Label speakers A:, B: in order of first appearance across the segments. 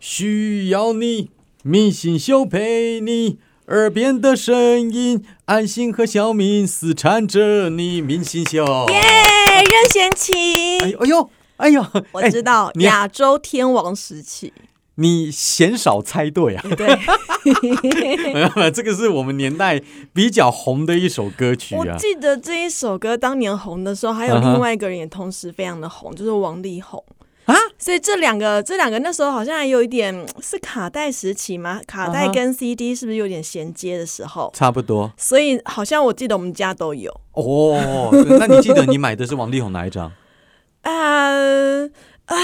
A: 需要你，明星秀陪你，耳边的声音，安心和小敏死缠着你，明星秀。
B: 耶，任贤
A: 哎
B: 齐，
A: 呦哎呦哎呦，
B: 我
A: 哎
B: 知道
A: 你
B: 亚洲天王时期，
A: 你鲜少猜对 啊！
B: 对，
A: 没有啦这个 是我啊们年代比较红的一首歌曲
B: 我
A: 啊。
B: 记得这一首歌当年红的时候，还有
A: 嗯哼
B: 另外一个人也同时非常的红，就是王力宏
A: 啊。
B: 所以这两个，这两个那时候好像还有一点嗯是卡带时期吗？卡带
A: 嗯哼
B: 跟 CD 是不是有点衔接的时候？
A: 差不多
B: 所以好像我记得我们家都有。
A: 哦，那你记得你买的是王力宏哪一张？
B: 呃啊，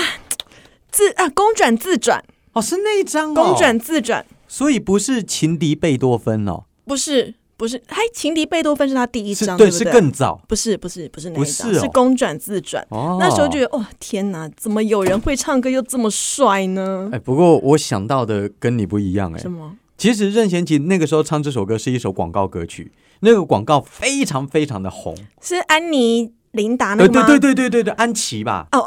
B: 自啊公转自转，
A: 哦，是那一张哦。
B: 公转，自转，
A: 所以不是情敌贝多芬哦，
B: 不是不是，还情敌贝多芬是他第一
A: 是
B: 张，
A: 对，
B: 不
A: 是更早
B: 不是不是不是那
A: 不
B: 一张，
A: 是哦
B: 是公转自转。
A: 哦。
B: 那时候就觉得，哦天哪，怎么有人会唱歌又这么帅呢？
A: 哎，不过我想到的跟你不一样哎
B: 什。么？
A: 其实任贤齐那个时候唱这首歌是一首广告歌曲，那个广告非常非常的红。
B: 是安妮琳达那
A: 对
B: 个
A: 哎
B: 吗？
A: 对对对对对对，安琪吧？
B: 哦，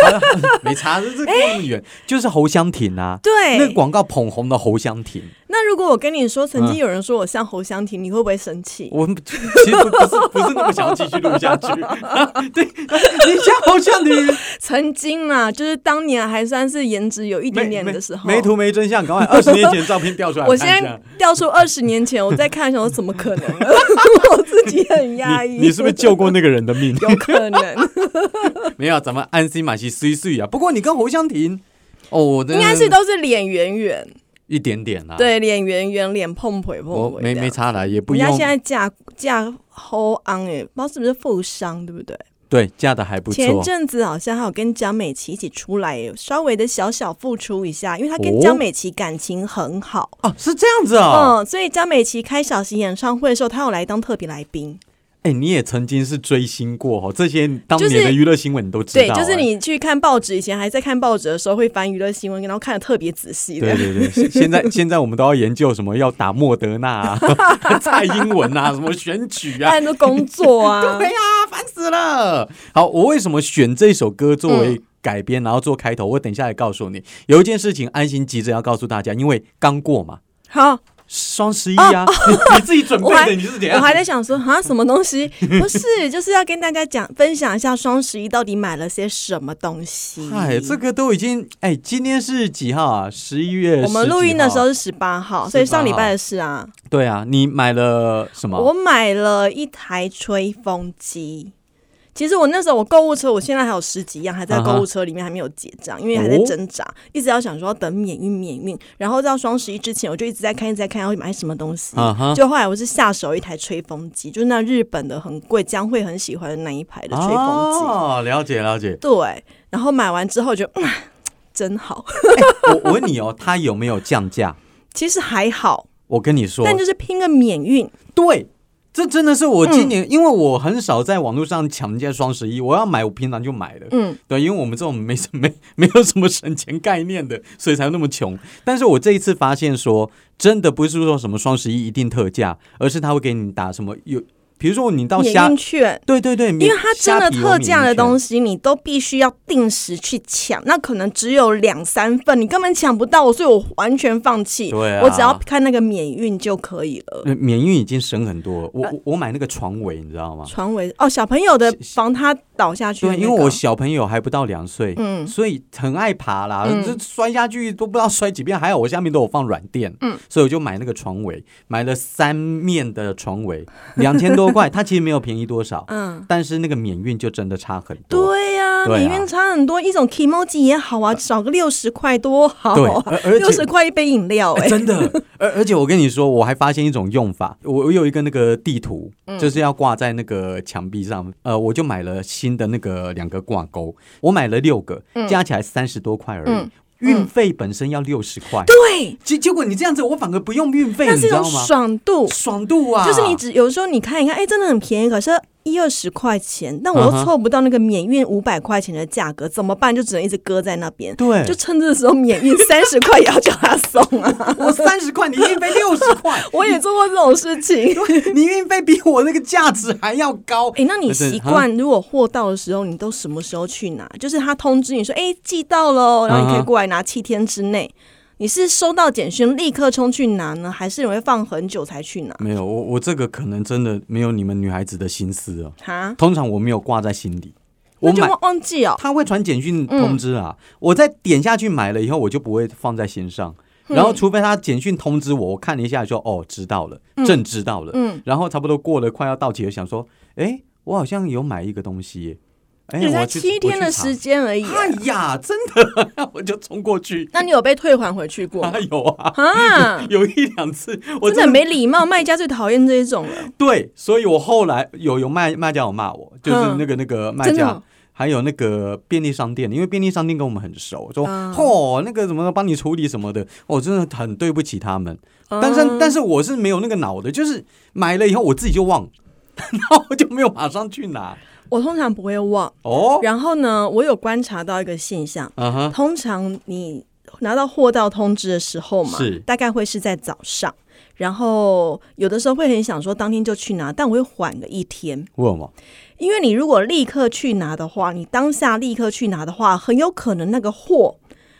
A: 没查，这这那么远，就是侯湘婷啊。
B: 对
A: 那个广告捧红的侯湘婷，
B: 那如果我跟你说，曾经
A: 嗯
B: 有人说我像侯湘婷，你会不会生气？
A: 我们其实不不是不是那么想要继续录下去。 对，你像侯湘 婷，
B: 曾经嘛，就是当年还算是颜值有一点点的时候。
A: 没没没图没真相，赶快二十年前的照片调出来
B: 我
A: 看一
B: 现
A: 下。
B: 在调出二十年前，我在看的时候，怎么可能呢？ 我自己很压抑。
A: 你你是不是救过那个人的 命？
B: 有可能？
A: 没有，咱们安心马戏碎碎啊。不过你跟侯湘婷，哦，我真
B: 应
A: 的
B: 该是都是脸圆圆，
A: 一点点啊。，
B: 对，脸圆圆，脸碰腿
A: 我
B: 碰腿。
A: 没没。差啦，也不
B: 人
A: 用
B: 家现在嫁嫁侯昂哎，不知道是不是富商，对不对？
A: 对嫁的还不
B: 前
A: 错。
B: 阵子好像还有跟江美琪一起出来，稍微的小小付出一下，因为她
A: 哦
B: 跟江美琪感情很好。
A: 哦，是这样子哦。
B: 嗯，所以江美琪开小型演唱会的时候，她有来当特别来宾。
A: 哎、你也曾经是追星过哦，这些当
B: 就
A: 年
B: 是
A: 的娱乐新闻你都知道、
B: 对，就
A: 哎。
B: 是你去看报纸，以前还在看报纸的时候会翻娱乐新闻，然后看的特别仔细
A: 对
B: 的。
A: 对对，现现在 现在我们都要研究什么要打莫德纳、 啊、蔡英文啊，什么选举啊，
B: 很多工作啊
A: 对，啊，烦死了。好，我为什么选这首歌作
B: 嗯
A: 为改编，然后做开头？我等一下来告诉你。有一件事情，安心急着要告诉大家，因为刚过嘛，
B: 好，
A: 双十一啊， 你你自己准备
B: 哦我还
A: 的，你是怎
B: 我
A: 样？
B: 还在想说啊，什么东西？ 不是，就是要跟大家讲分享一下双十一到底买了些什么东西。
A: 哎，这个都已经哎，今天是几号啊？十一月。
B: 我们录音的时候，是十八号，所以上礼拜的事啊。
A: 对啊，你买了什么？
B: 我买了一台吹风机。其实我那时候我购物车，我现在还有十几样还在购物车里面还没有结账，因为还
A: 哦
B: 在挣扎，一直要想说要等免运免运，然后到双十一之前我就一直在看一直在看要买什么东西。
A: 啊哈
B: 就后来我是下手一台吹风机，就是那日本的很贵，将会很喜欢的那一排的吹风机。
A: 哦，了解了解。
B: 对，然后买完之后就嗯，真好。
A: 我我问你哦，它有没有降价？
B: 其实还好，
A: 我跟你说，
B: 但就是拼个免运。
A: 对，这真的是我今
B: 嗯
A: 年，因为我很少在网络上抢人家双十一，我要买我平常就买了。
B: 嗯，
A: 对，因为我们这种没什没没有什么 省钱概念的，所以才那么穷。但是我这一次发现说，真的不是说什么双十一一定特价，而是他会给你打什么有，比如说你到虾
B: 免运，券，
A: 对对对，
B: 因为它真的特价的东
A: 西，
B: 西，你都必须要定时去抢，那可能只有两三份，你根本抢不到我，所以我完全放弃。
A: 对啊
B: 我只要看那个免运就可以了。
A: 呃免运已经省很多了。我
B: 呃
A: 我我买那个床围，你知道吗？
B: 传闻哦，小朋友的防他倒下去的
A: 啊对，
B: 那个、
A: 因为我小朋友还不到两岁，
B: 嗯
A: 所以很爱爬啦，
B: 嗯
A: 这摔下去都不知道摔几遍。还好我下面都有放软垫，
B: 嗯
A: 所以我就买那个床围，买了三面的床围，两千多 块，它其实没有便宜多少，
B: 嗯，
A: 但是那个免运就真的差很多。
B: 对呀、
A: 对啊
B: 免运差很多，一种 k i m o j i 也好啊，少个六十块多好
A: 对，
B: 啊，
A: 而而
B: 六十
A: 且、
B: 块一杯饮料、
A: 哎
B: 哎、
A: 真 的，而而且我跟你说，我还发现一种用法，我我有一个那个地图，
B: 嗯
A: 就是要挂在那个墙壁上，呃，我就买了新的那个两个挂钩，我买了六个，加起来三十多块而已。
B: 嗯
A: 运费本身要六十块，
B: 对，
A: 结结果你这样子，我反而不用运费，
B: 那
A: 你
B: 是一
A: 知道
B: 种
A: 吗？
B: 爽度。
A: 爽度啊！
B: 就是你只有时候你看一看，哎、真的很便宜，可是一二十块钱，但我又
A: 嗯哼
B: 凑不到那个免运五百块钱的价格，怎么办？就只能一直搁在那边。
A: 对
B: 就趁这个时候免 运三十块也要叫他送啊！
A: 我三十块，你运费六十块，
B: 我也做过这种事 情。
A: 你运费比我那个价值还要高。
B: 哎、那你习惯如果货到的时候，你都什么时候去拿？就是他通知你说，哎、寄到喽，然后你可
A: 嗯
B: 以
A: 哼
B: 过来拿七天之内。你是收到简讯立刻冲去拿呢，还是你会放很久才去拿？
A: 没有，我我这个可能真的没有你们女孩子的心思啊。
B: 哈，
A: 通常我没有挂在心里，我
B: 那就
A: 买
B: 忘忘记哦。
A: 他会传简讯通知啊，我再点下去买了以后，我就不会放在心上。
B: 嗯
A: 然后，除非他简讯通知我，我看了一下就哦知道了，朕知道了。
B: 嗯
A: 然后差不多过了快要到期，我想说，哎，我好像有买一个东西耶，哎，
B: 你才
A: 我去
B: 七天的时，间而
A: 我
B: 已
A: 去
B: 啊、
A: 查哎呀，真的， 我就冲过 去。
B: 那你有被退还回 去过吗？
A: 哎有啊，
B: 啊，
A: 有一两次，我
B: 真的很没礼貌，卖家最讨厌这一种了。
A: 对，所以我后来有有卖卖家有骂我，就是
B: 嗯
A: 那个那个 卖
B: 真的
A: 家。
B: 哦
A: 还有那个便利商店，因为便利商店跟我们很熟，说
B: 嗯
A: 嚯、那个什么帮你处理什么的，我、真的很对不起他们。
B: 嗯
A: 但是、但是我是没有那个脑的，就是买了以后我自己就忘， 然后我就没有马上去拿。
B: 我通常不会忘。
A: 哦，
B: 然后呢，我有观察到一个现象，
A: 嗯哼，
B: 通常你拿到货到通知的时候嘛
A: 是，
B: 大概会是在早上。然后有的时候会很想说当天就去拿，但我会缓个一天，
A: 为什么？
B: 因为你如果立刻去拿的话，你当下立刻去拿的话，很有可能那个货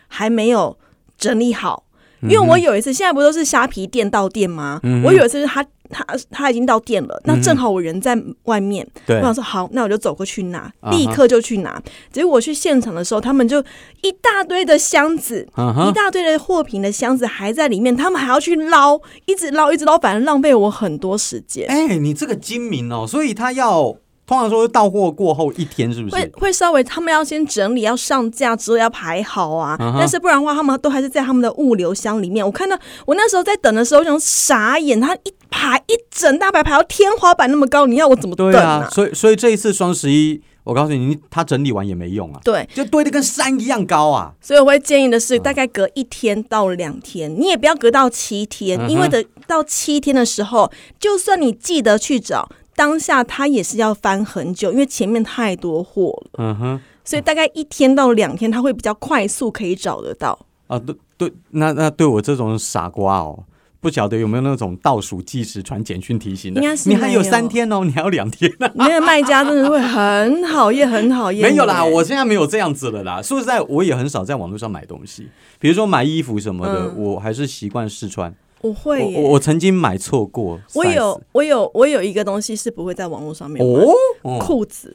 B: 还没有整理
A: 嗯
B: 好。因为我有一次，现在不都是虾皮店到店吗？我有一次是他他他已经到店了，那正好我人在外面，
A: 嗯对
B: 我，想说好，那我就走过去拿，
A: 啊哈
B: 立刻就去拿。结果我去现场的时候，他们就一大堆的箱子，
A: 嗯哼，
B: 一大堆的货品的箱子还在里面，他们还要去捞，一直捞，一直捞，反正浪费我很多时间。
A: 哎、你这个精明哦，所以他要通常说是到货过后一天是不
B: 会
A: 是？
B: 会稍微，他们要先整理，要上架之后要排好啊。
A: 嗯哼
B: 但是不然的话，他们都还是在他们的物流箱里面。我看到我那时候在等的时候，我想傻眼，他一排一整大排排到天花板那么高，你要我怎么等
A: 对啊，所以所以这一次双十一，我告诉你，你他整理完也没用啊，
B: 对，
A: 就堆得跟山一样高啊。
B: 所以我会建议的是，大概隔一天到两
A: 嗯
B: 天，你也不要隔到七天，因为等到七天的时候，就算你记得去找，当下它也是要翻很久，因为前面太多货了。
A: 嗯哼。
B: 所以大概一天到两天，它会比较快速可以找得到。
A: 啊，对对，那那对我这种傻瓜哦，不晓得有没有那种倒数计时传简讯提醒的？
B: 应该是
A: 你还有
B: 没有
A: 三天哦，你还有两 天、
B: 你那个卖家真的会很讨厌，很讨厌。
A: 没有啦，我现在没有这样子了啦。说实在，我也很少在网络上买东西，比如说买衣服什么的，
B: 嗯
A: 我还是习惯试穿。
B: 我会
A: 我
B: 耶，
A: 我我曾经买错过 size，
B: 我有我有我有一个东西是不会在网络上面买
A: 哦，哦
B: 裤子，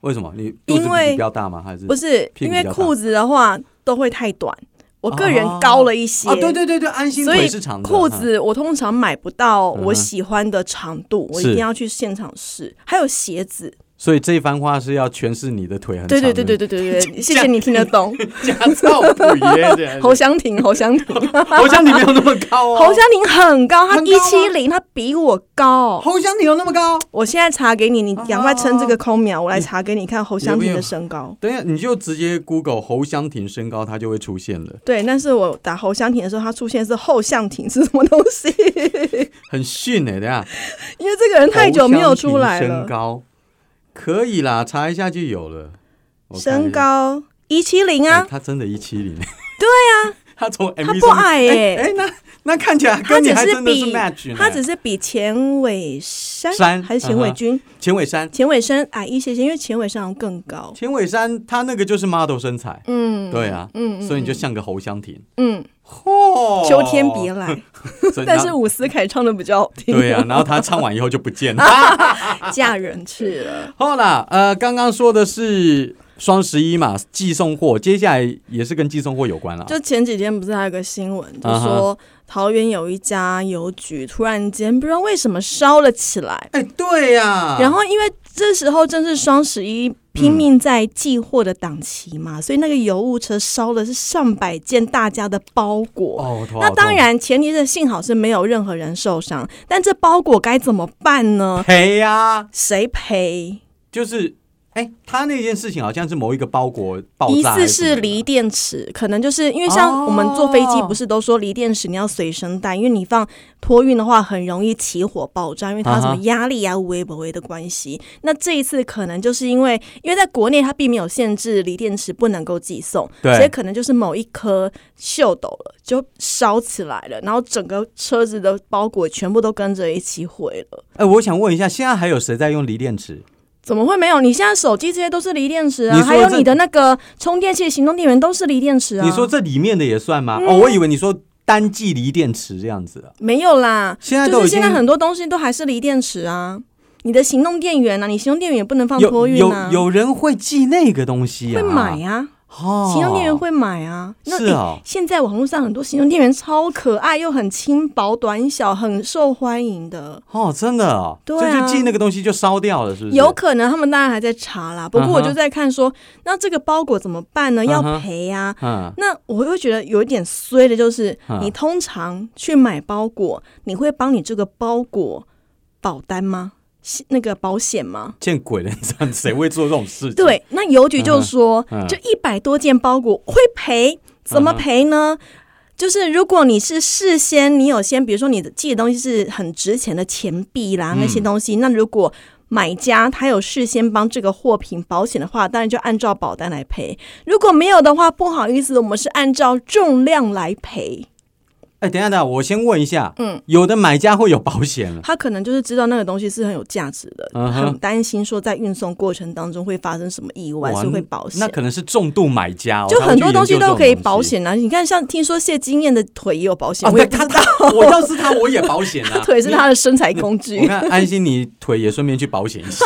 A: 为什么？你肚子
B: 因为
A: 比较大吗？还是
B: 不是
A: 屁股
B: 因为
A: 比较大
B: 裤子的话都会太短，我个人
A: 哦
B: 高了一些。
A: 啊？对对对对，安心
B: 所
A: 腿
B: 以
A: 是长的
B: 裤
A: 嗯
B: 子我通常买不到
A: 嗯哼
B: 我喜欢的长度，我一
A: 是
B: 定要去现场试。还有鞋子，
A: 所以这一番话是要诠释你的腿很长。
B: 对对对
A: 对，
B: 对对对对对，谢谢你听得懂。
A: 加照补耶，这样子
B: 侯湘婷，侯湘婷，
A: 好像你没有那么高哦。
B: 侯湘婷很高，她
A: 很
B: 一
A: 高吗
B: 七零，她比我高。
A: 侯湘婷有那么高？
B: 我现在查给你，你赶快撑这个空秒，我来
A: 你
B: 查给你看侯湘婷
A: 有没嗯
B: 的
A: 有
B: 身高。
A: 等一下，你就直接 Google 侯湘婷身高，它就会出现了，
B: 对，但是我打侯湘婷的时候，她出现是后向婷是什么东西？
A: 很逊哎、欸！等一下，
B: 因为这个人太久没有出
A: 侯湘
B: 来
A: 婷
B: 了
A: 身。高可以啦，查一下就有了。我看一下
B: 身高一七零
A: 哎
B: 啊，
A: 他真的一七零。对
B: 呀、
A: 他从 MV
B: 啊她不
A: 上面
B: 矮
A: 哎
B: 耶
A: 哎那那看起来
B: 他
A: 跟你
B: 只
A: 还真的是
B: 比
A: match 呢。
B: 他只是比钱伟山
A: 山嗯
B: 还是钱伟军、
A: 钱伟山，
B: 钱伟山矮一些些，因为钱伟山好像更高。
A: 钱伟山他那个就是 model 身材，
B: 嗯，
A: 对啊，
B: 嗯
A: 所以你就像个侯湘婷。
B: 嗯，
A: 嚯，
B: 秋天别来。
A: 所以
B: 但
A: 哦 那
B: 是伍思凯唱的比较好 听，
A: 对啊，然后他唱完以后就不见了。
B: 嫁人去了。
A: 好啦，呃，刚刚说的是双十一嘛，寄送货，接下来也是跟寄送货有关了。啊
B: 就前几天不是还有个新闻，就
A: 啊哈
B: 说桃园有一家邮局突然间不知道为什么烧了起来，
A: 哎、对呀、
B: 然后因为这时候正是双十一拼命在寄货的档期
A: 嗯
B: 嘛，所以那个邮务车烧的是上百件大家的包裹。
A: 哦，头好
B: 那
A: 痛
B: 当然，前提是幸好是没有任何人受伤，但这包裹该怎么办呢？
A: 赔呀、
B: 谁赔？
A: 就是。哎，他那件事情好像是某一个包裹爆
B: 疑
A: 炸还
B: 似
A: 什么
B: 是
A: 的哦
B: 锂电池，可能就是因为像我们坐飞机，不是都说锂电池你要随身带，因为你放托运的话很容易起火爆炸，因为它有什么
A: 啊哈
B: 压力啊、微不微的关系。那这一次可能就是因为，因为在国内它并没有限制锂电池不能够寄送，
A: 对
B: 所以可能就是某一颗秀抖了，就烧起来了，然后整个车子的包裹全部都跟着一起毁了。
A: 哎，我想问一下，现在还有谁在用锂电池？
B: 怎么会没有？你现在手机这些都是锂电池啊，
A: 你说
B: 还有
A: 这
B: 你的那个充电器、行动电源都是锂电池啊。嗯
A: 你说这里面的也算吗？哦，我以为你说单季锂电池这样子啊。
B: 没有啦，
A: 现在
B: 就
A: 都
B: 是
A: 已经
B: 现在很多东西都还是锂电池啊。你的行动电源啊，你行动电源也不能放托
A: 有
B: 运
A: 有
B: 啊，
A: 有人会寄那个东西啊？
B: 会买啊，
A: 哦，
B: 行动电源会买啊。那
A: 是
B: 诶
A: 哦
B: 现在网络上很多行动电源超可爱，又很轻薄短小，很受欢迎的。
A: 哦，真的哦，
B: 对
A: 所以
B: 啊
A: 就寄那个东西就烧掉了，是不是？
B: 有可能他们当然还在查啦，不过我就在看说，那这个包裹怎么办呢？要
A: 嗯哼
B: 赔啊。
A: 嗯，
B: 那我会觉得有一点衰的，就是
A: 嗯
B: 你通常去买包裹，你会帮你这个包裹保单吗？是那个保险吗？
A: 见鬼了，这样谁会做这种事情？，
B: 对，那邮局就说，
A: 嗯哼
B: 就一百多件包裹会赔，怎么赔呢？就是如果你是事先你有先，比如说你寄的东西是很值钱的钱币啦
A: 嗯
B: 那些东西，那如果买家他有事先帮这个货品保险的话，当然就按照保单来赔；如果没有的话，不好意思，我们是按照重量来赔。
A: 哎，等一下，等一下，我先问一下，
B: 嗯，
A: 有的买家会有保险了，
B: 他可能就是知道那个东西是很有价值的
A: 嗯哼
B: 很担心说在运送过程当中会发生什么意外，
A: 哇
B: 所以会保险。
A: 那可能是重度买家、哦，
B: 就
A: 他会
B: 很
A: 去
B: 多
A: 研
B: 东
A: 究
B: 西
A: 这
B: 都
A: 种
B: 可以
A: 东西
B: 保。险啊！你看，像听说谢金燕的腿也有保险，
A: 哦，
B: 我也
A: 对，
B: 不
A: 他
B: 知道，
A: 他，我要是他，我也保险 啊。
B: 腿是他的身材工
A: 你。我
B: 具。
A: 看安心，你腿也顺便去保险 一下。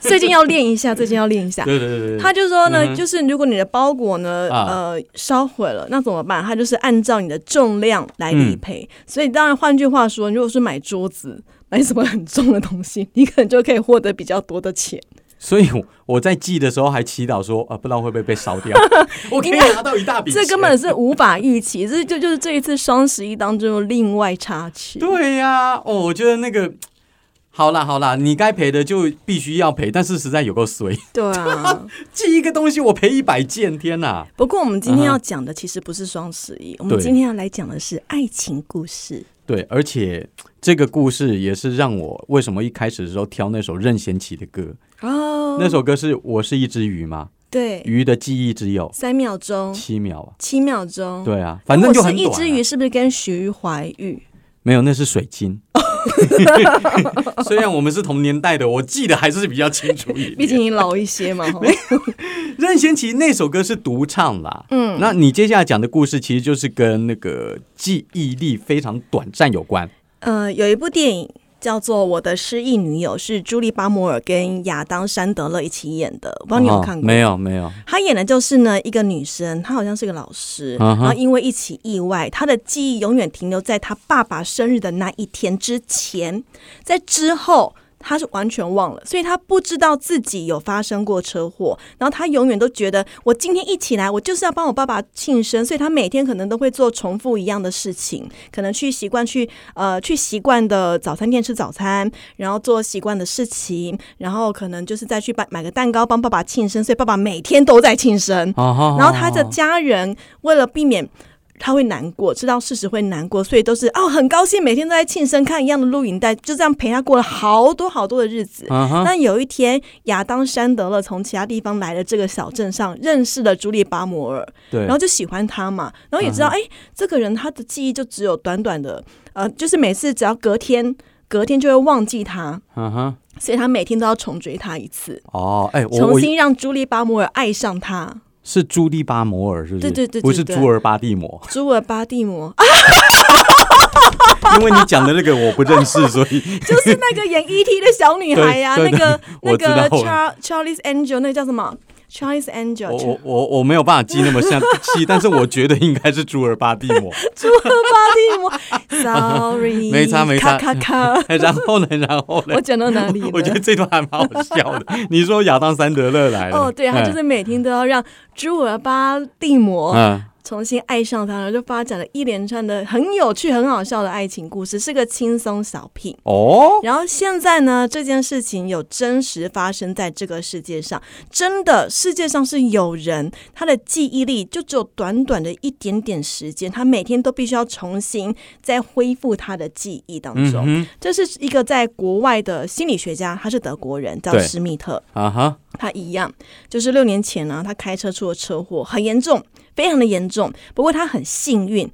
B: 最近要练一下，最近要练一下。
A: 对对对对对，
B: 他就说
A: 嗯
B: 呢，
A: 哼
B: 就是如果你的包裹呢，
A: 啊
B: 呃，烧毁了，那怎么办？他就是按照你的重量来理
A: 嗯
B: 赔。所以当然，换句话说，如果是买桌子、买什么很重的东西，你可能就可以获得比较多的钱。
A: 所以我我在寄的时候还祈祷说，啊，不知道会不会被烧 掉，我可以拿到一大笔钱。
B: 这根本是无法预期，这就就是这一次双十一当中的另外插曲。
A: 对呀、哦，我觉得那个好啦好啦，你该赔的就必须要赔，但是实在有够衰，
B: 对啊。
A: 寄一个东西我赔一百件，天哪！
B: 不过我们今天
A: 嗯
B: 要
A: 哼
B: 讲的其实不是双十一，我们
A: 对
B: 今天要来讲的是爱情故事。
A: 对，而且这个故事也是让我为什么一开始的时候挑那首任贤齐的歌，
B: 哦
A: 那首歌是我是一只鱼嘛，
B: 对，哦
A: 鱼的记忆只有
B: 三秒钟，
A: 七秒啊，
B: 七秒钟。，
A: 对啊，反正就很
B: 哦是一
A: 短、
B: 只鱼，，是不是跟徐怀 钰？
A: 没有那是水 晶。虽然我们是同年代的，我记得还是比较清楚一点。
B: 毕竟你老一些 嘛。吼
A: 任贤齐那首歌是独唱啦，嗯，那你接下来讲的故事其实就是跟那个记忆力非常短暂有关。
B: 呃，有一部电影。叫做《我的失忆女友》是朱莉·巴摩尔跟亚当·山德勒一起演的，我不知道你有没有看
A: 哦
B: 过？
A: 没有没有，
B: 她演的就是呢一个女生，她好像是个老师
A: 嗯哼
B: 然后因为一起意外，她的记忆永远停留在她爸爸生日的那一天之前，在之后。她是完全忘了，所以她不知道自己有发生过车祸，然后她永远都觉得我今天一起来，我就是要帮我爸爸庆生，所以她每天可能都会做重复一样的事情，可能去习惯去呃去习惯的早餐店吃早餐，然后做习惯的事情，然后可能就是再去买买个蛋糕帮爸爸庆生，所以爸爸每天都在庆生。
A: 哦哦
B: 然后他的
A: 哦
B: 家人为了避免他会难过，知道事实会难过，所以都是哦很高兴，每天都在庆生，看一样的录影带，就这样陪他过了好多好多的日子。
A: 嗯哼，
B: 那有一天，亚当·山德勒从其他地方来的这个小镇上，认识了朱莉·巴摩尔，
A: 对嗯
B: 然，后就喜欢他嘛，然后也知道，哎、这个人他的记忆就只有短短的，呃，就是每次只要隔天，隔天就会忘记他，
A: 嗯哼，
B: 所以他每天都要重追他一次，
A: 哦，哎，我
B: 重
A: 我
B: 新让朱莉·巴摩尔爱上他。
A: 是朱莉巴摩尔是不是？
B: 对对对对
A: 不是
B: 对
A: 朱尔巴蒂摩，
B: 朱尔巴蒂摩啊，
A: 因为你讲的那个我不认识，所 以
B: 就是那个演 E.T. 的小女孩呀、
A: 对
B: 那
A: 对
B: 个那
A: 我知道
B: 个
A: 我
B: Char Charlie's Angel，那个叫什么？Charlie's
A: 我
B: Angel，
A: 我我我没有办法记那么像记，但是我觉得应该是朱尔巴蒂摩。
B: 朱尔巴蒂摩，Sorry，
A: 没差没差
B: 咔咔 咔，
A: 哎然后呢，然后呢
B: 我，讲到哪里了？
A: 我觉得这段还蛮好笑的。你
B: 哦
A: 说亚当·山德勒来了，
B: 哦，对，他
A: 哎
B: 就是每天都要让朱尔巴蒂摩
A: 嗯
B: 重新爱上他，然后就发展了一连串的很有趣、很好笑的爱情故事，是个轻松小品。
A: 哦，
B: 然后现在呢，这件事情有真实发生在这个世界上，真的世界上是有人，他的记忆力就只有短短的一点点时间，他每天都必须要重新再恢复他的记忆当中。
A: 嗯
B: 这是一个在国外的心理学家，他是德国人，叫
A: 对
B: 施密特。
A: 哼，啊哈，
B: 他一样，就是六年前呢，他开车出了车祸，很严重，非常的严重。不过他很幸运，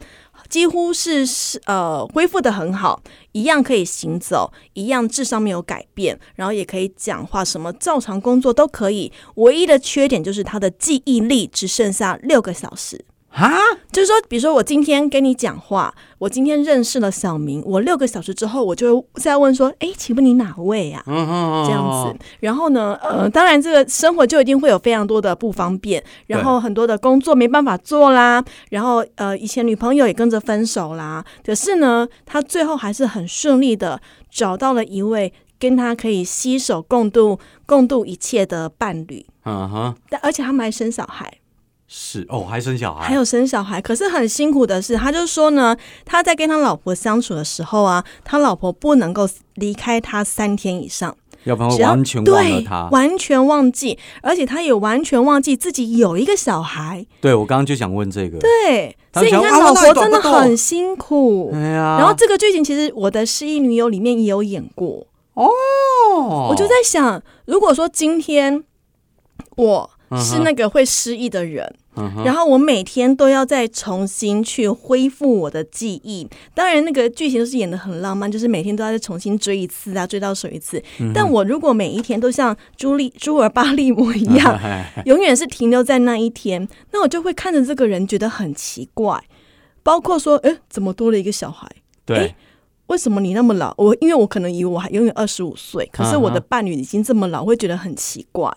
B: 几乎是是呃恢复的很好，一样可以行走，一样智商没有改变，然后也可以讲话，什么照常工作都可以。唯一的缺点就是他的记忆力只剩下六个小时。
A: 哈，
B: 就是说，比如说我今天跟你讲话，我今天认识了小明，我六个小时之后，我就会再问说，诶，请问你哪位啊呀、
A: 嗯哼，
B: 这样子。然后呢，呃，当然这个生活就一定会有非常多的不方便，然后很多的工作没办法做啦，然后呃，以前女朋友也跟着分手啦。可是呢，他最后还是很顺利的找到了一位跟他可以携手共度共度一切的伴侣，
A: 嗯哼，
B: 但而且他们还生小孩。
A: 是哦，还生小孩，
B: 还有生小孩，可是很辛苦的是，他就说呢，他在跟他老婆相处的时候啊，他老婆不能够离开他三天以上，
A: 要不然
B: 只
A: 会
B: 要
A: 哦完全忘了
B: 对
A: 他，。
B: 完全忘记，而且他也完全忘记自己有一个小孩，
A: 对我刚刚就想问这个，
B: 对，
A: 他
B: 所以
A: 就
B: 你
A: 想
B: 看
A: 啊
B: 老
A: 那
B: 婆
A: 你懂
B: 真的
A: 不懂
B: 很辛苦。
A: 哎呀，
B: 然后这个剧情其实我的《失忆女友》里面也有演过，
A: 哦，
B: 我就在想，如果说今天我是那个会失忆的人，
A: 嗯哼
B: 然后我每天都要再重新去恢复我的记忆。当然，那个剧情是演的很浪漫，就是每天都要再重新追一次啊，追到手一次。
A: 嗯
B: 但我如果每一天都像朱莉、朱尔巴利姆一 样，
A: 哎
B: 永远是停留在那一天，那我就会看着这个人觉得很奇怪。包括说，诶，怎么多了一个小孩？
A: 对，
B: 为什么你那么老？我因为我可能以为我还永远二十五岁，可是我的
A: 嗯哼
B: 伴侣已经这么老，我会觉得很奇怪。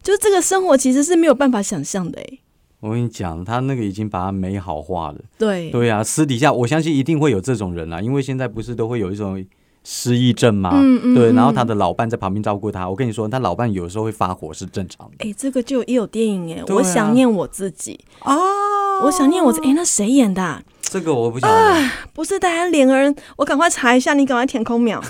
B: 就是这个生活其实是没有办法想象的、欸诶，
A: 我跟你讲，他那个已经把他美好化了。
B: 对，
A: 对啊，私底下我相信一定会有这种人啊啦，因为现在不是都会有一种失忆症嘛，
B: 嗯嗯
A: 对，然后
B: 嗯
A: 他的老伴在旁边照顾他。我跟你说，他老伴有时候会发火是正常的
B: 哎、这个就也有电影哎、
A: 对啊
B: 我想念我自己，
A: 啊。
B: 我想念我自哎、那谁演的啊、
A: 这个我不晓得，
B: 不是大家脸儿，我赶快查一下，你赶快填空秒，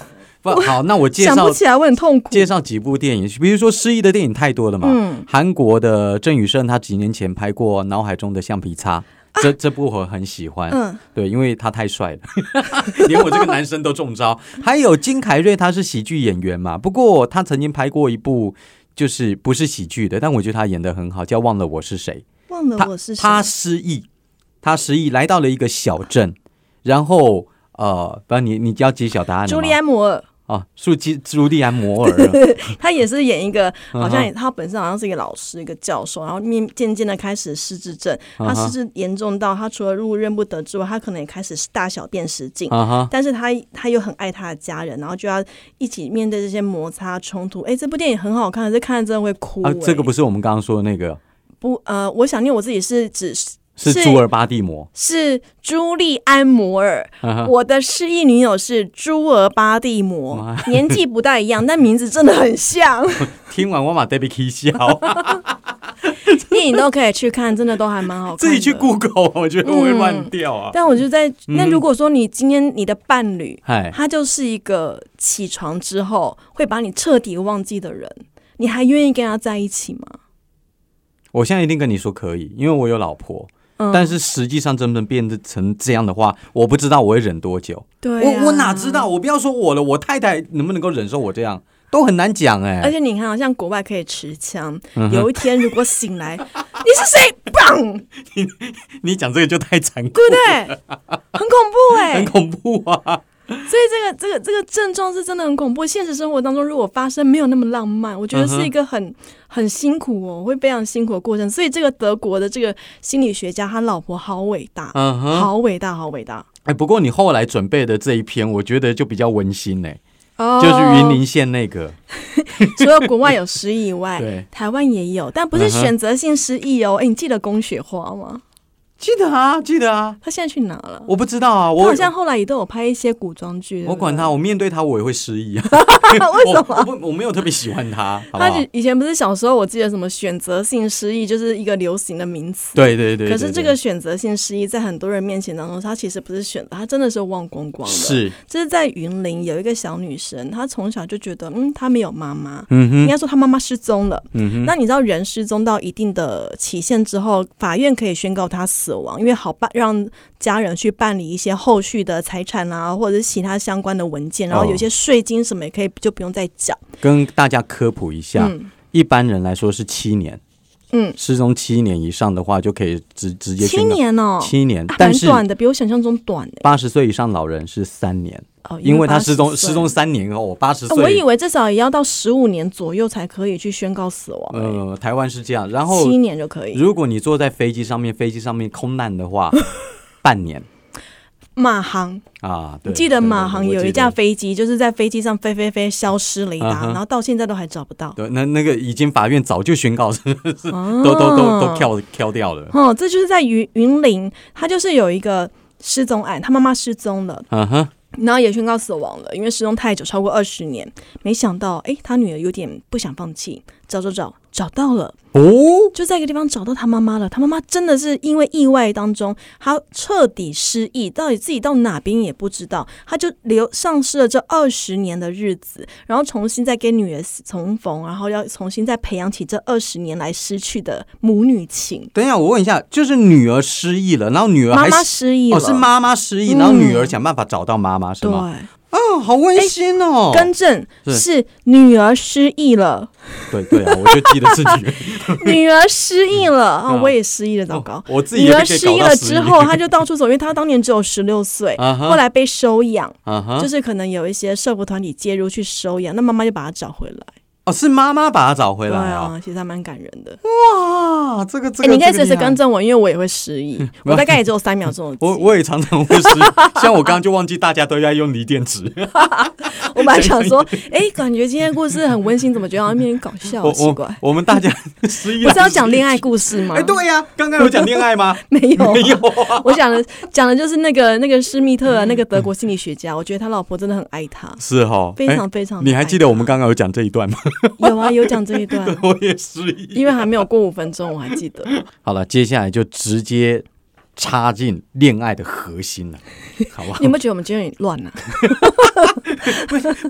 A: 不好，那我介
B: 想
A: 绍
B: 不起来，我很痛苦。
A: 介绍几部电影，比如说失忆的电影太多了嘛。
B: 嗯
A: 韩国的郑宇盛他几年前拍过《脑海中的橡皮擦》，这这部我很喜欢。
B: 嗯，
A: 对，因为他太帅了， 连我这个男生都中招。还有金凯瑞，他是喜剧演员嘛，不过他曾经拍过一部就是不是喜剧的，但我觉得他演的很好，叫《忘了我是谁
B: 忘》。了
A: 他
B: 我是谁。
A: 他失忆，他失忆来到了一个小镇，然后呃，不，你你要揭晓答案了
B: 朱
A: 吗
B: 莉安·摩尔，
A: 啊，朱基朱莉安摩尔，啊
B: 她也是演一个，
A: 嗯
B: 好像也她本身好像是一个老师，一个教授，然后面渐渐的开始失智症，她
A: 嗯哼
B: 失智严重到她除了路认不得之外，她可能也开始大小便失禁，
A: 啊哈，
B: 但是他他又很爱他的家人，然后就要一起面对这些摩擦冲突。哎，这部电影很好看，这看了真的会哭、
A: 啊，这个不
B: 是
A: 是我们刚刚说的那个，
B: 不呃，我想念我自己是指
A: 是
B: 是
A: 朱尔巴蒂摩，
B: 是朱莉安·摩尔，
A: 啊哈
B: 我的失忆女友是朱尔巴蒂摩，年纪不大一样，但名字真的很像。
A: 听完我把 Debbie 气笑，
B: 电影都可以去看，真的都还蛮好看的。
A: 自己去 Google，我觉得我会乱
B: 嗯
A: 掉啊。
B: 但我就在那，如果说你今天你的伴侣
A: 嗨，
B: 他就是一个起床之后会把你彻底忘记的人，你还愿意跟他在一起吗？
A: 我现在一定跟你说可以，因为我有老婆。
B: 嗯
A: 但是实际上真的变得成这样的话，我不知道我会忍多久。
B: 对、啊，
A: 我我哪知？道？我不要说我了，我太太能不能够忍受我这样，都很难讲哎、
B: 而且你看啊，像国外可以持枪，
A: 嗯哼
B: 有一天如果醒来，你是谁？砰，
A: 你讲这个就太残酷，
B: 对不对？很恐怖哎、
A: 很恐怖啊！
B: 所以这个这个这个症状是真的很恐怖。现实生活当中如果发生，没有那么浪漫，我觉得
A: 嗯哼
B: 是一个很、很辛苦哦，会非常辛苦的过程。所以这个德国的这个心理学家，他老婆好伟大，
A: 嗯哼，
B: 好伟大，好伟大。
A: 哎，不过你后来准备的这一篇，我觉得就比较温馨哎、
B: 哦
A: 就是云林县那个，
B: 除了国外有失忆以 外
A: 对，嗯
B: 台湾也有，但不是选择性失忆哦。哎、你记得龚雪花吗？
A: 记得啊，记得啊，
B: 他现在去哪了？
A: 我不知道啊，
B: 他
A: 我
B: 好像后来也都有拍一些古装剧。
A: 我管他，我面对他我也会失忆啊。
B: 对不对， 为什
A: 我我
B: 么？
A: 不我没有特别喜欢他，好不
B: 他
A: 好
B: 就？以前不是小时候，我记得什么选择性失忆，就是一个流行的名词。
A: 对对对对，
B: 可是
A: 对
B: 这个选择性失忆，在很多人面前当中，他其实不是选择，他真的是忘光光了。，
A: 是，
B: 这是在云林有一个小女生，她从小就觉得，嗯，她没有妈妈，
A: 嗯
B: 应
A: 哼，
B: 该说她妈妈失踪了。
A: 嗯哼，
B: 那你知道人失踪到一定的期限之后，法院可以宣告他死亡，因为好办让家人去办理一些后续的财产啊，或者是其他相关的文件，然后有
A: 哦
B: 些税金什么也可以就不用再缴。
A: 跟大家科普一下，
B: 嗯
A: 一般人来说是七年，
B: 嗯，
A: 失踪七年以上的话就可以直直接
B: 七
A: 宣告
B: 年哦、
A: 七啊年
B: 啊，蛮
A: 但是
B: 短的，比我想象中短欸
A: 八十岁以上老人是三年，
B: 哦，
A: 因为他
B: 80
A: 失踪
B: 岁
A: 失踪三年后，八十
B: 呃我以
A: 岁，
B: 为至少也要到十五年左右才可以去宣告死亡、欸，
A: 呃，台湾是这样，然后
B: 七年就可以。
A: 如果你坐在飞机上面，飞机上面空难的 话，半年
B: 马航，
A: 啊，对，
B: 你记得
A: 对对
B: 马航
A: 我
B: 有
A: 记
B: 一
A: 得
B: 架飞机，就是在飞机上飞飞飞消失雷达
A: 嗯哼
B: 然后到现在都还找不到。
A: 对，那那个已经法院早就宣告是
B: 哦
A: 都都都都跳跳掉了，
B: 哦，这就是在云云林，他就是有一个失踪案，他妈妈失踪了，
A: 嗯哼，
B: 然后也宣告死亡了，因为失踪太久，超过二十年。没想到，哎，他女儿有点不想放弃，找找找，找到了，
A: 哦，
B: 就在一个地方找到他妈妈了。他妈妈真的是因为意外当中，他彻底失忆，到底自己到哪边也不知道，他就流丧失了这二十年的日子，然后重新再跟女儿重逢，然后要重新再培养起这二十年来失去的母女情。
A: 等一下，我问一下，就是女儿失忆了，然后女儿
B: 妈
A: 还
B: 妈
A: 是
B: 失忆了，嗯
A: 哦是妈妈失忆，然后女儿想办法找到妈妈是
B: 对，
A: 吗？哦，好温馨哦，
B: 更正
A: 是
B: 是女儿失 忆了，
A: 对对啊，我就记得是女儿，
B: 女儿失忆了啊！
A: 嗯
B: 我也失忆了， 糟糕
A: 哦。 我自己
B: 女
A: 也
B: 儿
A: 被
B: 失
A: 搞
B: 忆
A: 到
B: 了
A: 失
B: 之
A: 忆
B: 后，她就到处走，因为她当年只有十六岁，
A: 啊哈
B: 后来被收养，
A: 啊哈
B: 就，是可能有一些社服团体介入去收养，那妈妈就把她找回来。
A: 哦是妈妈把她找回
B: 对
A: 来啊，
B: 啊，其实还蛮感人的。
A: 哇，这个这
B: 哎，
A: 个，
B: 你可以
A: 这个
B: 随
A: 厉
B: 时
A: 害
B: 更正我，因为我也会 失忆，我大概也只有三秒钟的记忆。
A: 我我也常常会失忆， 像我刚刚就忘记大家都在用锂电池，
B: 我本来想 说，哎，感觉今天故事很温馨，怎么觉 得好像有点搞笑啊？
A: 我
B: 奇怪
A: 我，我们大家失忆
B: 不
A: 了
B: 是要讲恋爱故事吗哦
A: 哎、？对呀、刚刚有讲恋爱吗？
B: 没有，
A: 没有 啊，嗯
B: 我讲的讲的就是那个那个施密特啊，那个德国心理学家，我觉得他老婆真的很爱 他，
A: 是哦，
B: 非
A: 哎
B: 常非常。
A: 你还记得我们？刚刚有讲这一段吗？
B: 有啊，有讲这一段，
A: 我也失忆。
B: 因为还没有过五分钟，我还记得。
A: 好了，接下来就直接插进恋爱的核心了，好不好
B: 你有？没有觉得我们今天有点乱啊？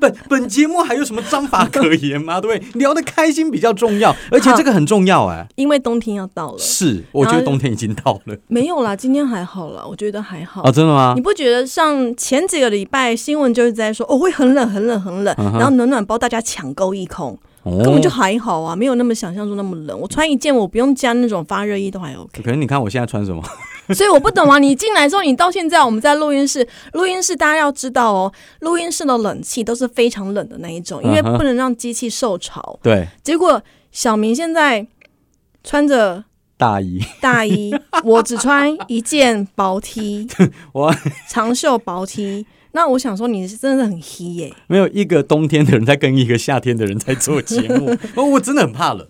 A: 本本节目还有什么章法可言吗？对不对？聊得开心比较重要，而且这个很重要哎、
B: 因为冬天要到了，
A: 是，我觉
B: 然
A: 得
B: 后
A: 冬天已经到了。
B: 没有啦，今天还好啦，我觉得还好
A: 哦，。真的吗
B: 你？不觉得像前几个礼拜新闻就是在说哦会很冷很冷很冷，
A: 嗯哼
B: 然后暖暖包大家抢购一空，
A: 哦
B: 根本就还好啊，没有那么想象中那么冷。我穿一件我不用加那种发热衣都 还 OK。
A: 可是你看我现在穿什么？
B: 所以我不懂啊！你进来之后，你到现在我们在录音室，录音室大家要知道哦，录音室的冷气都是非常冷的那一种，因为
A: 嗯哼
B: 不能让机器受潮。
A: 对，
B: 结果小明现在穿着
A: 大衣。
B: 大衣，我只穿一件薄 T，
A: 我
B: 长袖薄 T。那我想说，你是真的很 h 耶、
A: 没有一个冬天的人在跟一个夏天的人在做节 目。哦，我真的很怕冷，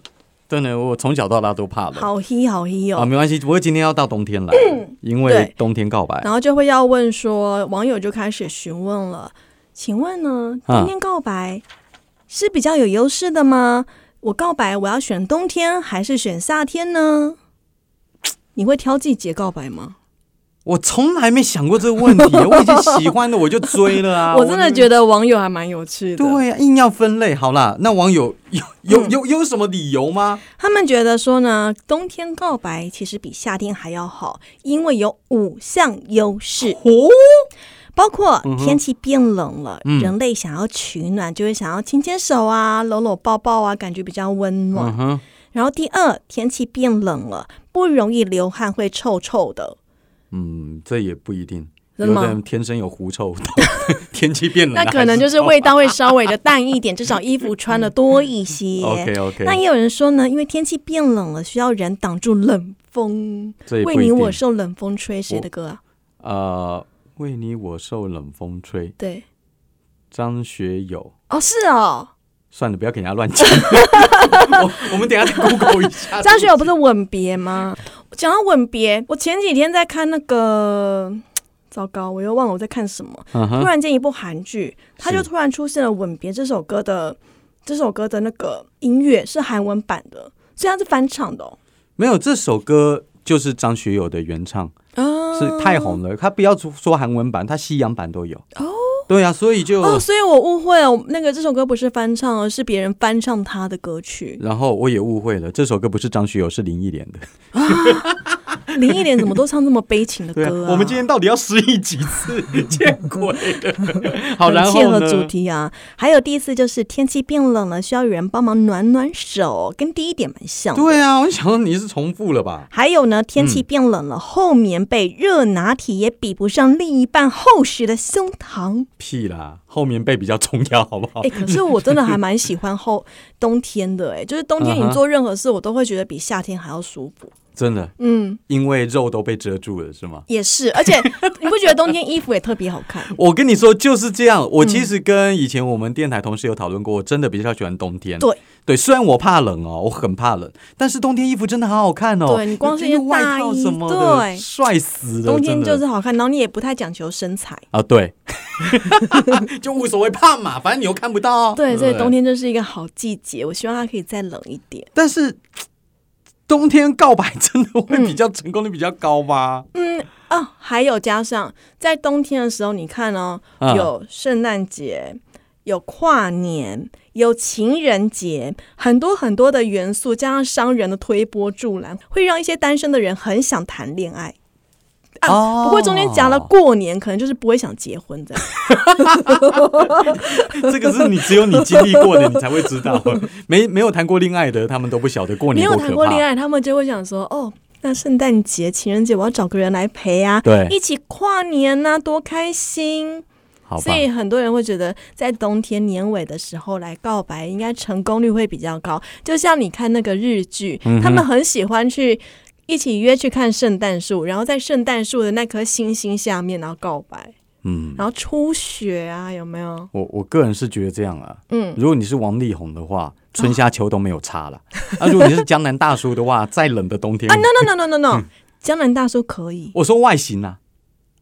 A: 真的，我从小到大都怕冷。
B: 好 h 好 h
A: 啊，
B: 哦。
A: 没关系，不过今天要到冬 天来，因为
B: 对
A: 冬天告白。
B: 然后就会要问说，网友就开始询问了，请问呢，
A: 啊
B: 冬天告白是比较有优势的吗？我告白我要选冬天还是选夏天呢？你会挑季节告白吗？
A: 我从来没想过这个问题，我已经喜欢的我就追了啊！
B: 我真的
A: 那
B: 觉得网友还蛮有趣的。
A: 对呀、啊硬要分类，好啦，那网友有有有
B: 嗯
A: 有什么理由吗？
B: 他们觉得说呢，冬天告白其实比夏天还要好，因为有五项优势，
A: 哦，
B: 包括
A: 嗯哼
B: 天气变冷了，
A: 嗯
B: 人类想要取暖就会想要牵牵手啊、搂搂抱抱啊，感觉比较温暖。
A: 嗯哼，
B: 然后第二，天气变冷了，不容易流汗，会臭臭的。
A: 嗯，这也不一定。有
B: 真的吗
A: 的人天生有狐臭， 天气变冷了
B: 那
A: 还，
B: 可能就是味道会稍微的淡一点，至少衣服穿的多 一些。
A: OK
B: 那
A: OK，
B: 也有人说呢，因为天气变冷了，需要人挡住冷风。
A: 这也不
B: 为
A: 一
B: 你
A: 定。
B: 我受冷风吹，谁的歌啊？
A: 呃，为你我受冷风吹，
B: 对，
A: 张学友。
B: 哦，是哦，
A: 算了，不要 给人家乱讲。我我们等一下再 Google 一下。
B: 张学友不是吻别吗？讲到吻别，我前几天在看那个，糟糕，我又忘了我在看什么。
A: 嗯
B: 突
A: 哼，
B: 然间一部韩剧，它就是突然出现了《吻别》这首歌的这首歌的那个音乐是韩文版的，所以它是翻唱的、哦。
A: 没有这首歌就是张学友的原唱，
B: 啊
A: 是太红了。他不要说韩文版，他西洋版都有。哦，对啊，所以就、
B: 哦，所以我误会了，那个这首歌不是翻唱，而是别人翻唱他的歌 曲。
A: 然后我也误会了，这首歌不是张学友，是林忆莲的。
B: 林忆莲怎么都唱这么悲情的
A: 对啊，
B: 歌、
A: 我们今天到底要失忆几次？见鬼了！ 好，然
B: 很切
A: 后
B: 合
A: 呢？
B: 主题啊。还有第一次就是天气变冷了，需要有人帮忙暖暖手，跟第一点蛮像的。
A: 对嗯啊，我想说你是重复了吧？
B: 还有呢，天气变冷了，厚棉被、热拿铁也比不上另一半厚实的胸膛。
A: 屁啦，后棉被比较重要，好不好？
B: 哎、可是我真的还蛮喜欢后冬天的、哎，就是冬
A: 嗯
B: 天
A: 哼
B: 你做任何事，我都会觉得比夏天还要舒服。
A: 真的，
B: 嗯，
A: 因为肉都被遮住了，是吗？
B: 也是，而且你不觉得冬天衣服也特别好 看？
A: 我跟你说就是这
B: 嗯
A: 样。我其实跟以前我们电台同事有讨论过，我真的比较喜欢冬天。
B: 对
A: 对，虽然我怕冷哦，我很怕冷，但是冬天衣服真的好好看哦。
B: 对你光是一件
A: 那个外
B: 大
A: 套
B: 衣
A: 什么的，
B: 对
A: 帅死了。
B: 冬天
A: 真
B: 就
A: 的
B: 是好看，然后你也不太讲求身材。
A: 啊，对， 就无所谓怕嘛，反正你又看不到。
B: 对，所以
A: 不
B: 冬。天就是一个好季节，我希望它可以再冷一点。
A: 但是冬天告白真的会比较成功率比较高吗？
B: 嗯哦，还有加上在冬天的时候，你看哦，
A: 嗯
B: 有圣诞节，有跨年，有情人节，很多很多的元素，加上商人的推波助澜，会让一些单身的人很想谈恋爱。啊
A: 哦
B: 不过中间夹了过年，可能就是不会想结婚的。
A: 这个是你只有你经历过的，你才会知 道。没没有谈过恋爱的，他们都不晓得过
B: 没
A: 年
B: 有
A: 多
B: 谈
A: 可
B: 过恋
A: 怕。
B: 爱，他们就会想说：“哦，那圣诞节、情人节，我要找个人来陪啊，
A: 对
B: 一起跨年呐、多开心！”
A: 好吧
B: 所，以很多人会觉得，在冬天年尾的时候来告白，应该成功率会比较高。就像你看那个日剧，
A: 嗯哼
B: 他们很喜欢去一起约去看圣诞树，然后在圣诞树的那颗星星下面，然后告白，
A: 嗯，
B: 然后初雪啊，有没有？
A: 我我个人是觉得这样啊。
B: 嗯，
A: 如果你是王力宏的话，春夏秋冬没有差 了。啊，如果你是江南大叔的话，再冷的冬天
B: 啊，no no no no no no，江南大叔可以
A: 我说外形啊，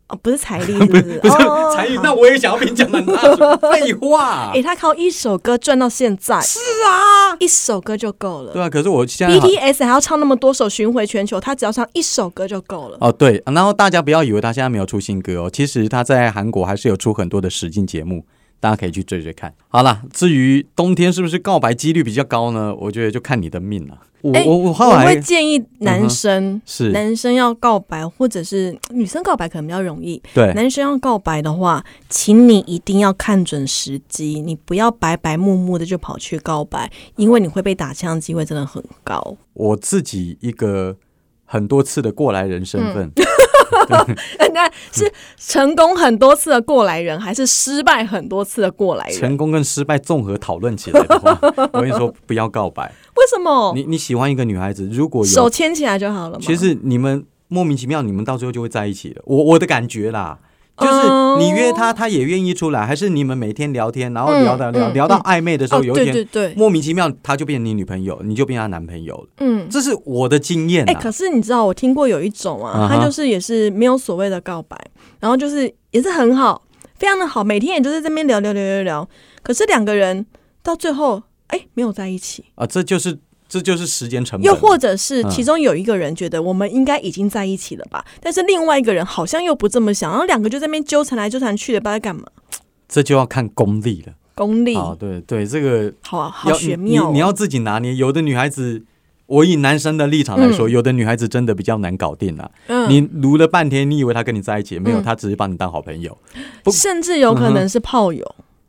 B: 哦，不是财力是不 是？
A: 不是
B: 哦
A: 才艺，
B: 好
A: 那我也想要变江南大叔。废话
B: 哎、，他靠一首歌赚到现在，是啊，一首歌就够了
A: 对。啊。可是我现在好
B: BTS 还要唱那么多首巡回全球，他只要唱一首歌就够了。
A: 哦，对，然后大家不要以为他现在没有出新歌哦，其实他在韩国还是有出很多的实境节目，大家可以去追追看。好啦，至于冬天是不是告白几率比较高呢？我觉得就看你的命了。我、
B: 哎
A: 我我后
B: 我会
A: 来嗯
B: 建议男生，
A: 是
B: 男生要告白，或者是女生告白可能比较容易。
A: 对
B: 男生要告白的话，请你一定要看准时机，你不要白白木木的就跑去告白，因为你会被打枪的机会真的很高。
A: 我自己一个很多次的过来人身份，
B: 嗯那是成功很多次的过来人，还是失败很多次的过来人？
A: 成功跟失败综合讨论起来的 话，我跟你说不要告白。
B: 为什么？
A: 你你喜欢一个女孩子，如果有
B: 手牵起来就好哦了嘛。
A: 其实你们莫名其妙，你们到最后就会在一起了。我我的感觉啦，
B: 哦
A: 就是你约他，他也愿意出来，还是你们每天聊天，然后聊到
B: 嗯
A: 聊、
B: 嗯
A: 聊到暧昧的时候，
B: 哦，
A: 有一
B: 对
A: 天
B: 对对，
A: 莫名其妙他就变你女朋友，你就变他男朋友了。
B: 嗯。
A: 这是我的经验、
B: 哎、
A: 啊。
B: 可是你知道，我听过有一种
A: 啊
B: 啊，
A: 哈
B: 他就是也是没有所谓的告白，然后就是也是很好，非常的好，每天也就是在那边聊聊聊聊聊。可是两个人到最后，哎、没有在一起，
A: 啊，这就是这就是时间成本。
B: 又或者是
A: 嗯
B: 其中有一个人觉得我们应该已经在一起了吧，但是另外一个人好像又不这么想，然后两个就在那边纠缠来纠缠去的，不知道在干嘛。
A: 这就要看功力了。
B: 功利，
A: 啊，对对，这个
B: 好好
A: 要
B: 玄
A: 你
B: 妙、哦
A: 你你要自己拿捏。有的女孩子，我以男生的立场来说，有的女孩子真的比较难搞定啊。
B: 嗯
A: 你撸了半天，你以为他跟你在一起，没有，
B: 嗯
A: 他只是把你当好朋友。不嗯
B: 甚至有可能是炮友，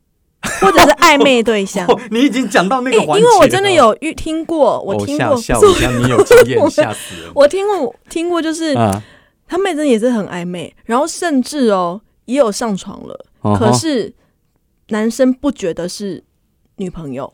B: 或者是暧昧对象。
A: 哦， 你已经讲到那
B: 欸
A: 个环节了、
B: 嗯因为我真的有遇听过，我听过，
A: 哦、
B: 不
A: 吓
B: 是
A: 吓我一跳，你有经验，
B: 我
A: 吓死人。
B: 我听过听过，就是、
A: 啊，
B: 他们真的也是很暧昧，然后甚至哦也有上床了，
A: 哦吼
B: 可是男生不觉得是女朋友，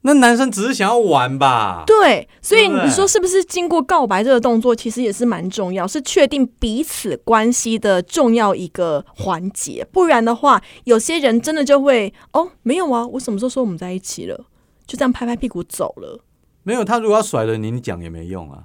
A: 那男生只是想要玩吧？
B: 对，所以
A: 对不对
B: 你说是不是经过告白这个动作，其实也是蛮重要，是确定彼此关系的重要一个环节。不然的话，有些人真的就会哦，没有啊，我什么时候说我们在一起了，就这样拍拍屁股走了。
A: 没有，他如果要甩了你，你讲也没用啊。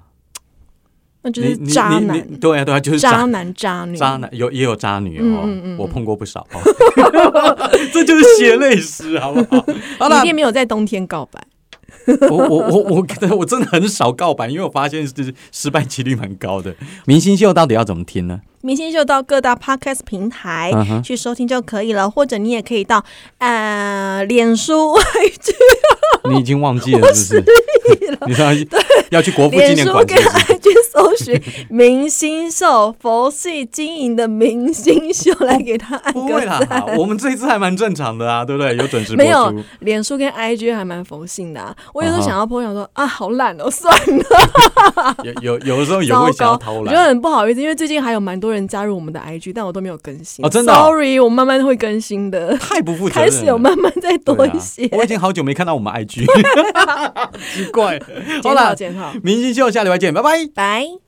B: 那就
A: 你
B: 是
A: 你
B: 渣
A: 你
B: 男
A: 你、对啊对啊，就是
B: 渣
A: 渣
B: 男、渣女、
A: 渣男，有也有渣女哦，
B: 嗯嗯嗯
A: 我碰过不少哦， 这就是血泪史，好不 好？好了
B: 你，并没有在冬天告白，
A: 我我我我可能我真的很少告白，因为我发现是失败几率蛮高的。明星秀到底要怎么听呢？
B: 明星秀到各大 podcast 平台、
A: 嗯哼
B: 去收听就可以了，或者你也可以到呃脸书、
A: 你已经忘记了 是不是？ 你要要去国父纪
B: 脸
A: 念
B: 书
A: 馆是
B: 跟
A: 不是？
B: IG 搜寻“明星秀”，佛系经营的明星秀来给他按
A: 不
B: 个
A: 会啦
B: 赞。，
A: 我们这一次还蛮正常的啊，对不对？有准时播
B: 没有
A: 出。，
B: 脸书跟 IG 还蛮佛性的、啊。我有时候
A: 啊哈
B: 想要 po，想说啊，好懒 哦，算了，
A: 有有有的时候也
B: 啊糟
A: 会想要
B: 糕，
A: 偷
B: 我觉得
A: 懒。
B: 很不好意思，因为最近还有蛮多人加入我们的 IG，但我都没有更新。
A: 哦真的哦
B: Sorry，我慢慢会更新的，
A: 太不负责任
B: 开
A: 了，
B: 始有慢慢再多
A: 对啊
B: 一些。
A: 我已经好久没看到我 们 IG，奇怪。好
B: 检讨
A: 啦，
B: 检讨，
A: 明星秀下礼拜见，拜拜。
B: 拜。